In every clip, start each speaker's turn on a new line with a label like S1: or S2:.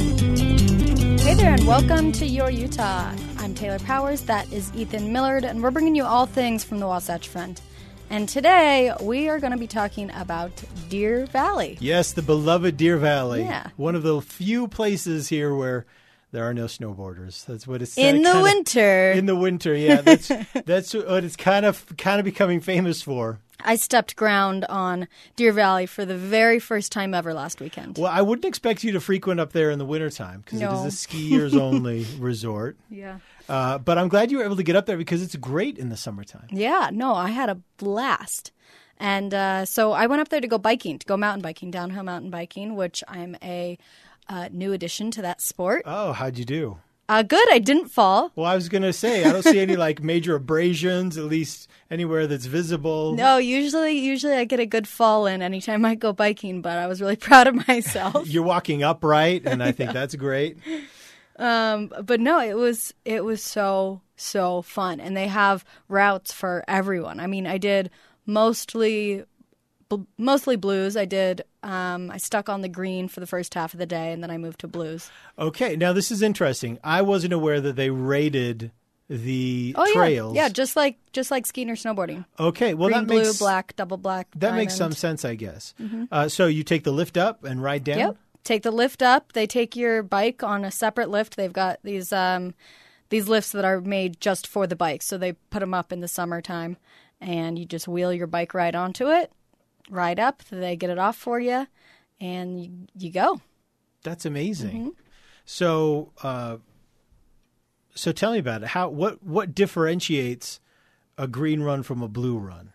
S1: Hey there, and welcome to Your Utah. I'm Taylor Powers, that is Ethan Millard, and we're bringing you all things from the Wasatch Front. And today, we are going to be talking about Deer Valley.
S2: Yes, the beloved Deer Valley.
S1: Yeah.
S2: One of the few places here where there are no snowboarders. That's what it's uh,
S1: In the
S2: kinda-
S1: winter.
S2: In the winter, yeah. That's that's what it's kind of kind of becoming famous for.
S1: I stepped ground on Deer Valley for the very first time ever last weekend.
S2: Well, I wouldn't expect you to frequent up there in the wintertime because
S1: No.
S2: it is a skiers only resort.
S1: Yeah.
S2: Uh, but I'm glad you were able to get up there because it's great in the summertime.
S1: Yeah, no, I had a blast. And uh, so I went up there to go biking, to go mountain biking, downhill mountain biking, which I'm a uh, new addition to that sport.
S2: Oh, how'd you do?
S1: Uh, good, I didn't fall.
S2: Well, I was gonna say I don't see any like major abrasions, at least anywhere that's visible.
S1: No, usually usually I get a good fall in anytime I go biking, but I was really proud of myself.
S2: You're walking upright, and I think that's great.
S1: um, but no, it was it was so so fun, and they have routes for everyone. I mean, I did mostly bl- mostly blues. I did um, I stuck on the green for the first half of the day, and then I moved to blues.
S2: Okay, now this is interesting. I wasn't aware that they rated the
S1: Oh
S2: trails.
S1: yeah, yeah, just like just like skiing or snowboarding.
S2: okay. Well,
S1: green,
S2: that
S1: blue,
S2: makes
S1: black, double black.
S2: That makes some
S1: diamond. Mm-hmm.
S2: sense, I guess. Uh, so you take the lift up and ride down.
S1: Yep. Take the lift up. They take your bike on a separate lift. They've got these um, these lifts that are made just for the bike, so they put them up in the summertime, and you just wheel your bike right onto it, ride up. They get it off for you, and you, you go.
S2: That's amazing. So, uh, so tell me about it. How what what differentiates a green run from a blue run?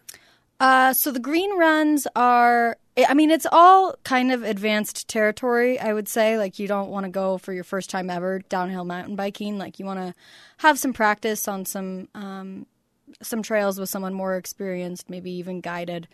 S1: Uh, so the green runs are. I mean, it's all kind of advanced territory, I would say. Like, you don't want to go for your first time ever downhill mountain biking. Like, you want to have some practice on some um, some trails with someone more experienced, maybe even guided,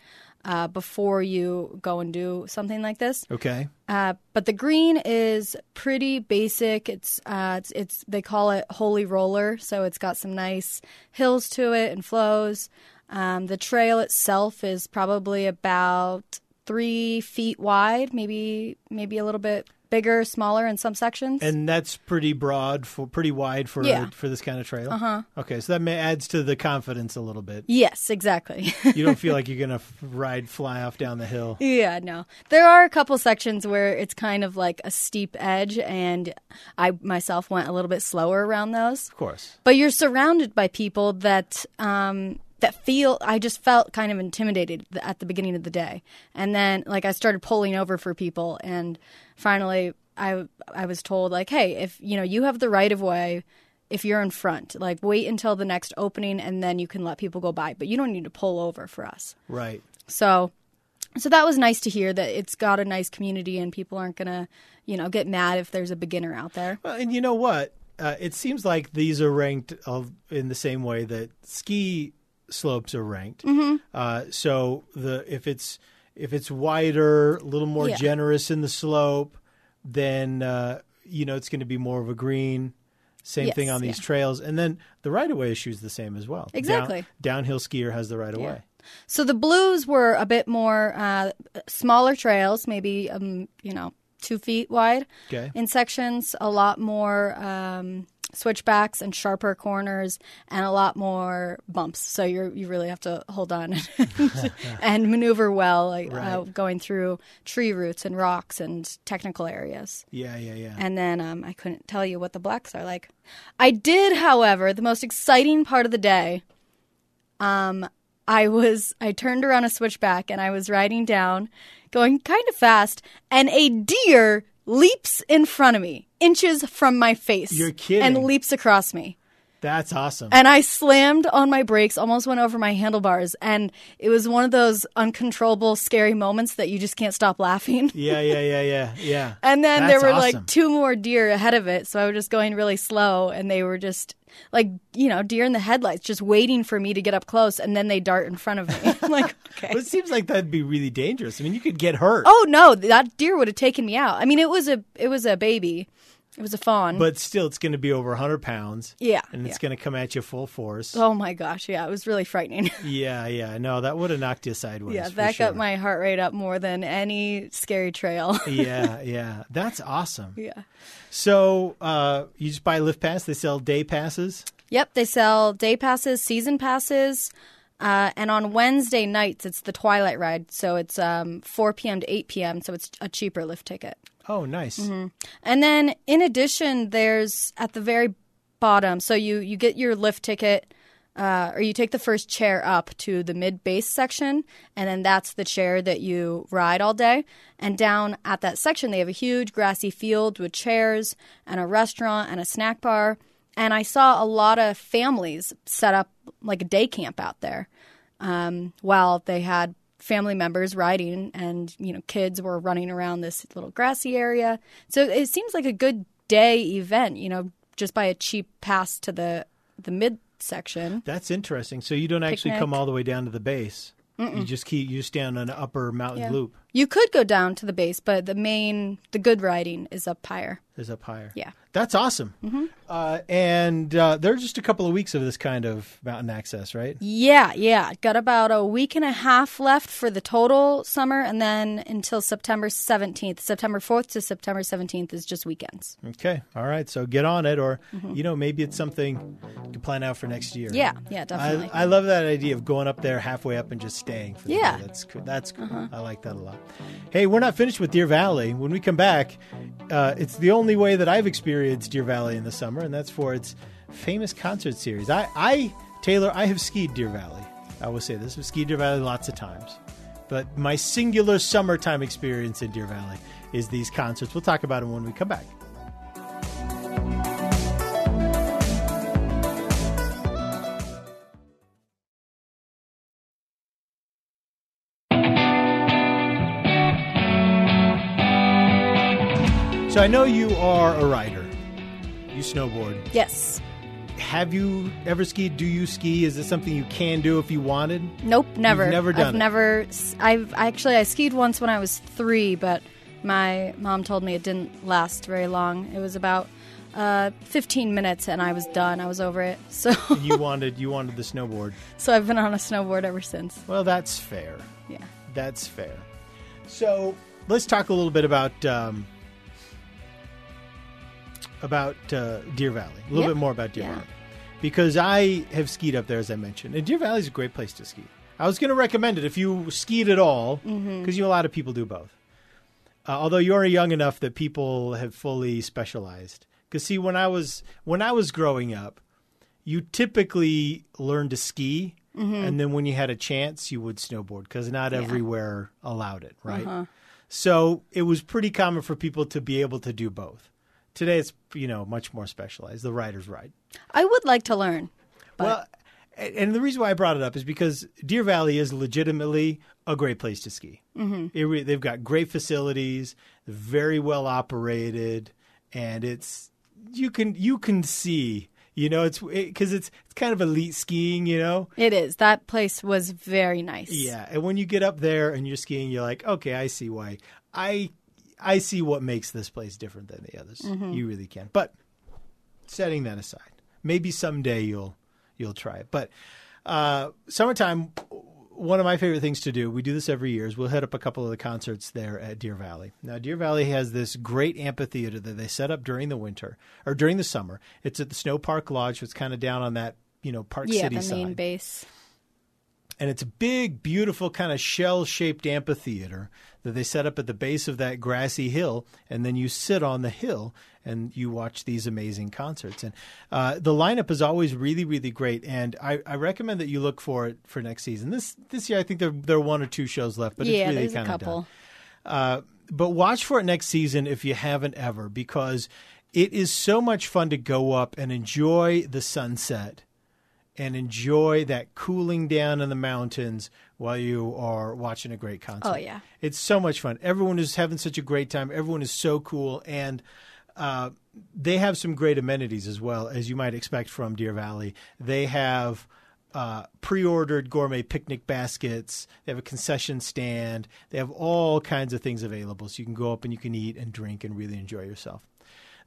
S1: uh, before you go and do something like this.
S2: Okay.
S1: Uh, but the green is pretty basic. It's, uh, it's it's they call it holy roller, so it's got some nice hills to it and flows. Um, the trail itself is probably about three feet wide, maybe maybe a little bit bigger, smaller in some sections.
S2: And that's pretty broad for pretty wide for
S1: Yeah. Uh-huh.
S2: for this kind of trail. Uh huh. Okay, so that may, adds to the confidence a little bit.
S1: yes, exactly.
S2: You don't feel like you're gonna f- ride fly off down the hill.
S1: Yeah, no. There are a couple sections where it's kind of like a steep edge, and I myself went a little bit slower around those.
S2: Of course.
S1: But you're surrounded by people that um, that feel. I just felt kind of intimidated th- at the beginning of the day, and then like I started pulling over for people, and finally I I was told like, hey, if you know you have the right of way. If you're in front, like wait until the next opening and then you can let people go by, but you don't need to pull over for us.
S2: Right.
S1: So so that was nice to hear that it's got a nice community and people aren't going to, you know, get mad if there's a beginner out there.
S2: Well, and you know what? Uh, it seems like these are ranked uh, in the same way that ski slopes are ranked.
S1: Mm-hmm.
S2: Uh, so the if it's if it's wider, a little more
S1: Yeah.
S2: generous in the slope, then uh, you know it's going to be more of a green. Same
S1: Yes,
S2: thing on these
S1: yeah.
S2: trails, and then the right of way issue is the same as well. Down-
S1: Exactly.
S2: downhill skier has the right of way.
S1: So the blues were a bit more uh, smaller trails, maybe um, you know two feet wide
S2: Okay.
S1: in sections, a lot more um, switchbacks and sharper corners and a lot more bumps. So you you really have to hold on and, and maneuver well, like uh, going through tree roots and rocks and technical areas.
S2: Yeah, yeah, yeah.
S1: And then um, I couldn't tell you what the blacks are like. I did, however, the most exciting part of the day. Um, I was I turned around a switchback and I was riding down, going kind of fast, and a deer leaps in front of me, inches from my face.
S2: You're kidding.
S1: And leaps across me.
S2: That's awesome.
S1: And I slammed on my brakes, almost went over my handlebars, and it was one of those uncontrollable, scary moments that you just can't stop laughing.
S2: yeah, yeah, yeah, yeah, yeah.
S1: And then
S2: That's
S1: there were
S2: awesome.
S1: like two more deer ahead of it, so I was just going really slow, and they were just like you know deer in the headlights, just waiting for me to get up close, and then they dart in front of me. I'm like, okay.
S2: But it seems like that'd be really dangerous. I mean, you could get hurt.
S1: Oh no, that deer would have taken me out. I mean, it was a it was a baby, it was a fawn.
S2: But still, it's going to be over 100 pounds.
S1: Yeah,
S2: And it's
S1: yeah.
S2: going to come at you full force.
S1: oh my gosh, yeah, it was really frightening.
S2: Yeah, yeah. No, that would have knocked you sideways.
S1: yeah,
S2: for
S1: that
S2: sure.
S1: got my heart rate up more than any scary trail.
S2: yeah, yeah. That's awesome.
S1: yeah.
S2: So uh, you just buy lift pass. They sell day passes.
S1: Yep, they sell day passes, season passes, uh, and on Wednesday nights it's the Twilight Ride. So it's um, 4 p.m. to 8 p.m. So it's a cheaper lift ticket. Mm-hmm.
S2: Oh, nice.
S1: And then in addition, there's at the very bottom. So you you get your lift ticket. Uh, or you take the first chair up to the mid base section, and then that's the chair that you ride all day. And down at that section, they have a huge grassy field with chairs and a restaurant and a snack bar. And I saw a lot of families set up like a day camp out there um, while they had family members riding and you know kids were running around this little grassy area so it seems like a good day event you know just by a cheap pass to the the mid section
S2: That's interesting. So you don't actually
S1: Picnic.
S2: come all the way down to the base. You just keep you just down an upper mountain loop.
S1: you could go down to the base but the main the good riding is up higher
S2: Is up higher.
S1: Yeah. Mm-hmm.
S2: That's awesome. Uh, and uh, there are just a couple of weeks of this kind of mountain access, right?
S1: yeah yeah got about a week and a half left for the total summer and then until september 17th september 4th to september 17th is just weekends Mm-hmm.
S2: Okay. All right. So get on it, or you know maybe it's something you can plan out for next year.
S1: yeah yeah
S2: I,
S1: definitely
S2: I love that idea of going up there halfway up and just staying. For the
S1: Yeah.
S2: day. that's cool. That's cool. I like that a lot. Hey, we're not finished with Deer Valley. When we come back, uh, it's the only way that I've experienced Deer Valley in the summer, and that's for its famous concert series. I, I Taylor, I have skied Deer Valley. I will say this: I've skied Deer Valley lots of times, but my singular summertime experience in Deer Valley is these concerts. We'll talk about them when we come back. So I know you are a rider. You snowboard.
S1: yes
S2: Have you ever skied? Do you ski? Is this something you can do if you wanted?
S1: Nope, never.
S2: never
S1: I've
S2: done it.
S1: never. I've actually I skied once when I was three, but my mom told me it didn't last very long. It was about uh, 15 minutes, and I was done. I was over it. So,
S2: You wanted you wanted the snowboard.
S1: so I've been on a snowboard ever since.
S2: Well, that's fair.
S1: Yeah.
S2: That's fair. So let's talk a little bit about um, about uh, Deer Valley. A little
S1: Yeah.
S2: bit more about Deer
S1: Yeah.
S2: Valley because I have skied up there, as I mentioned, and Deer Valley is a great place to ski. I was going to recommend it if you skied at all, because you a lot of people do both. Uh, although you're young enough that people have fully specialized. Because see, when I was when I was growing up, you typically learned to ski,
S1: Mm-hmm.
S2: and then when you had a chance, you would snowboard because not everywhere allowed it, right?
S1: Uh-huh.
S2: So it was pretty common for people to be able to do both. Today, it's you know much more specialized. The riders ride.
S1: I would like to learn.
S2: Well, a- and the reason why I brought it up is because Deer Valley is legitimately a great place to ski. Mm-hmm. It re- they've got great facilities, very well operated, and it's you can you can see you know it's because it's it's kind of elite skiing you know
S1: It is. That place was very nice.
S2: yeah and when you get up there and you're skiing you're like okay I see why I I see what makes this place different than the others
S1: Mm-hmm.
S2: you really can but setting that aside maybe someday you'll you'll try it but uh, summertime
S1: one of my favorite things to do, we do this every year, is we'll hit up a couple of the concerts there at Deer Valley. Now, Deer Valley has this great amphitheater that they set up during the winter or during the summer. It's at the Snow Park Lodge, which is kind of down on that, you know, Park
S2: yeah,
S1: City
S2: the main
S1: side
S2: base.
S1: and it's a big, beautiful kind of shell-shaped amphitheater that they set up at the base of that grassy hill, and then you sit on the hill and you watch these amazing concerts. And uh, the lineup is always really, really great. And I, I recommend that you look for it for next season. This this year, I think there there are one or two shows left, but
S2: yeah,
S1: it's really
S2: there's a
S1: kind of
S2: couple.
S1: done but watch for it next season if you haven't ever because it is so much fun to go up and enjoy the sunset and enjoy that cooling down in the mountains while you are watching a great concert.
S2: Oh, yeah.
S1: It's so much fun. Everyone is having such a great time. Everyone is so cool and uh, they have some great amenities as well as you might expect from Deer Valley. They have uh, pre-ordered gourmet picnic baskets. They have a concession stand. They have all kinds of things available, so you can go up and you can eat and drink and really enjoy yourself.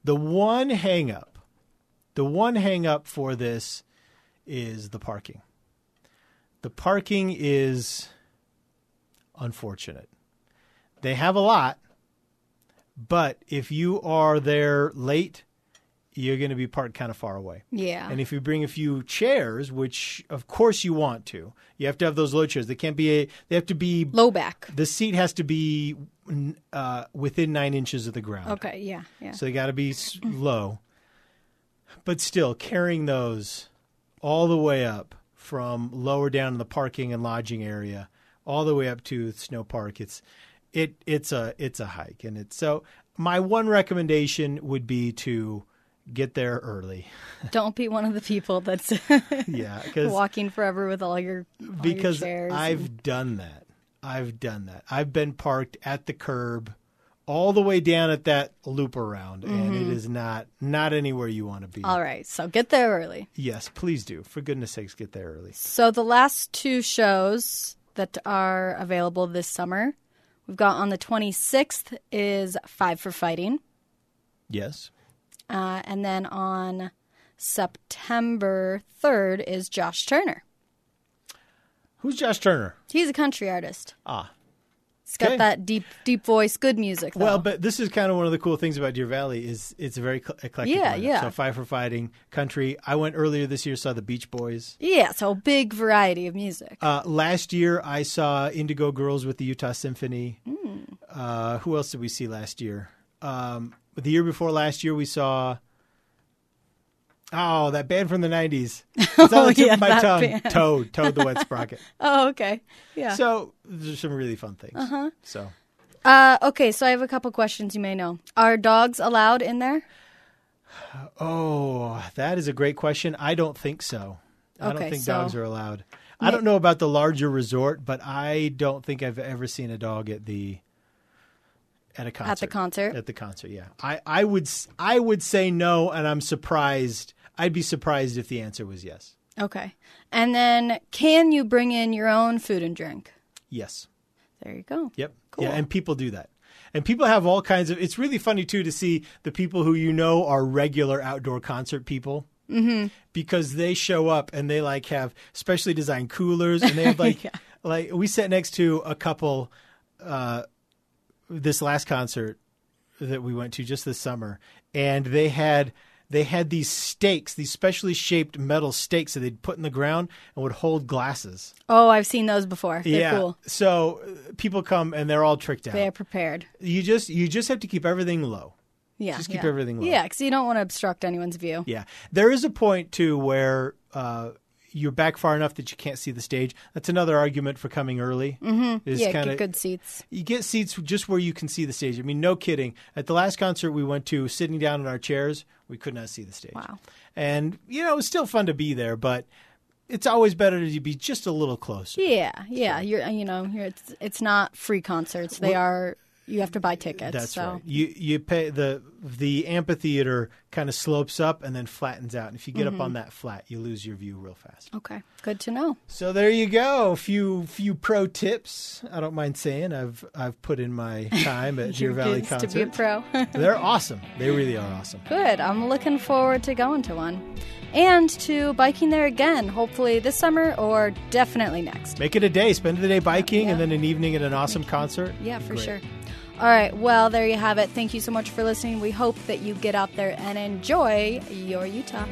S1: The one hang up, the one hang up for this is the parking. The parking is unfortunate. They have a lot, but if you are there late, you're going to be parked kind of far away.
S2: Yeah.
S1: And if you bring a few chairs, which of course you want to, you have to have those low chairs. They can't be a, they have to be
S2: Low back.
S1: The seat has to be n- uh, within nine inches of the ground.
S2: Okay, yeah, yeah.
S1: So they got to be s- low. But still, carrying those all the way up from lower down in the parking and lodging area, all the way up to Snow Park, it's it it's a it's a hike, and it's so. My one recommendation would be to get there early.
S2: Don't be one of the people that's
S1: Yeah, because
S2: walking forever with all your all your
S1: because
S2: chairs and-
S1: I've done that. I've done that. I've been parked at the curb all the way down at that loop around and it is not not anywhere you want to be.
S2: Mm-hmm. all right. So get there early.
S1: Yes, please do. For goodness sakes, get there early.
S2: So the last two shows that are available this summer, we've got on the 26th is Five for Fighting,
S1: Yes.
S2: uh, and then on September 3rd is Josh Turner.
S1: Who's Josh Turner?
S2: He's a country artist.
S1: Ah.
S2: He's got
S1: Okay.
S2: that deep, deep voice, good music. Though.
S1: Well, but this is kind of one of the cool things about Deer Valley is it's a very cl- eclectic.
S2: Yeah,
S1: lineup.
S2: yeah.
S1: So Five for Fighting, Country. I went earlier this year, saw the Beach Boys.
S2: yeah, so big variety of music.
S1: Uh, last year, I saw Indigo Girls with the Utah Symphony.
S2: Hmm.
S1: Uh, who else did we see last year? Um, the year before last year, we saw. Oh, that band from the '90s. It's on the tip
S2: Oh, yeah,
S1: of my
S2: that
S1: tongue.
S2: band.
S1: Toad, Toad the Wet Sprocket.
S2: oh, okay, yeah.
S1: So there's some really fun things. Uh-huh. So
S2: Uh, okay, so I have a couple questions you may know. Are dogs allowed in there?
S1: Oh, that is a great question. I don't think so. I don't
S2: Okay,
S1: think
S2: so-
S1: dogs are allowed. I don't know about the larger resort, but I don't think I've ever seen a dog at the at a concert.
S2: the concert?
S1: At the concert, yeah. I, I would s- I would say no, and I'm surprised. I'd be surprised if the answer was yes.
S2: Okay. And then can you bring in your own food and drink?
S1: Yes.
S2: There you go.
S1: Yep.
S2: Cool.
S1: Yeah, and people do that. And people have all kinds of. It's really funny too to see the people who you know are regular outdoor concert people. Mm-hmm. Because they show up and they like have specially designed coolers and they have like like we sat next to a couple uh, this last concert that we went to just this summer and they had they had these stakes these specially shaped metal stakes that they'd put in the ground and would hold glasses
S2: Oh, I've seen those before. They're
S1: yeah
S2: cool.
S1: so uh, people come and they're all tricked out
S2: They are prepared.
S1: you just you just have to keep everything low.
S2: Yeah.
S1: Just keep
S2: yeah.
S1: everything low.
S2: Yeah, because you don't want to obstruct anyone's view.
S1: Yeah, there is a point too where uh, you're back far enough that you can't see the stage. That's another argument for coming early. Mm-hmm.
S2: Yeah, get good seats.
S1: You get seats just where you can see the stage. I mean, no kidding. At the last concert we went to, sitting down in our chairs, we could not see the stage.
S2: Wow.
S1: And you know, it was still fun to be there, but it's always better to be just a little closer.
S2: Yeah, yeah. You're, you know, you're, it's it's not free concerts. They are. You have to buy tickets.
S1: That's
S2: so.
S1: right. You you pay the the amphitheater
S2: kind of slopes up and then flattens out. And if you get up on that flat, you lose your view real fast.
S1: Okay. Good to know.
S2: So there you go. A few few pro tips. I don't mind saying I've I've put in my time at Deer Valley
S1: Good to be a
S2: concert.
S1: pro.
S2: They're awesome. They really are awesome.
S1: Good. I'm looking forward to going to one and to biking there again, hopefully this summer or definitely next.
S2: Make it a day. Spend the day biking
S1: Yeah.
S2: and then an evening at an awesome concert.
S1: Yeah, for
S2: Great.
S1: sure. All right. Well, there you have it. Thank you so much for listening. We hope that you get out there and enjoy your Utah.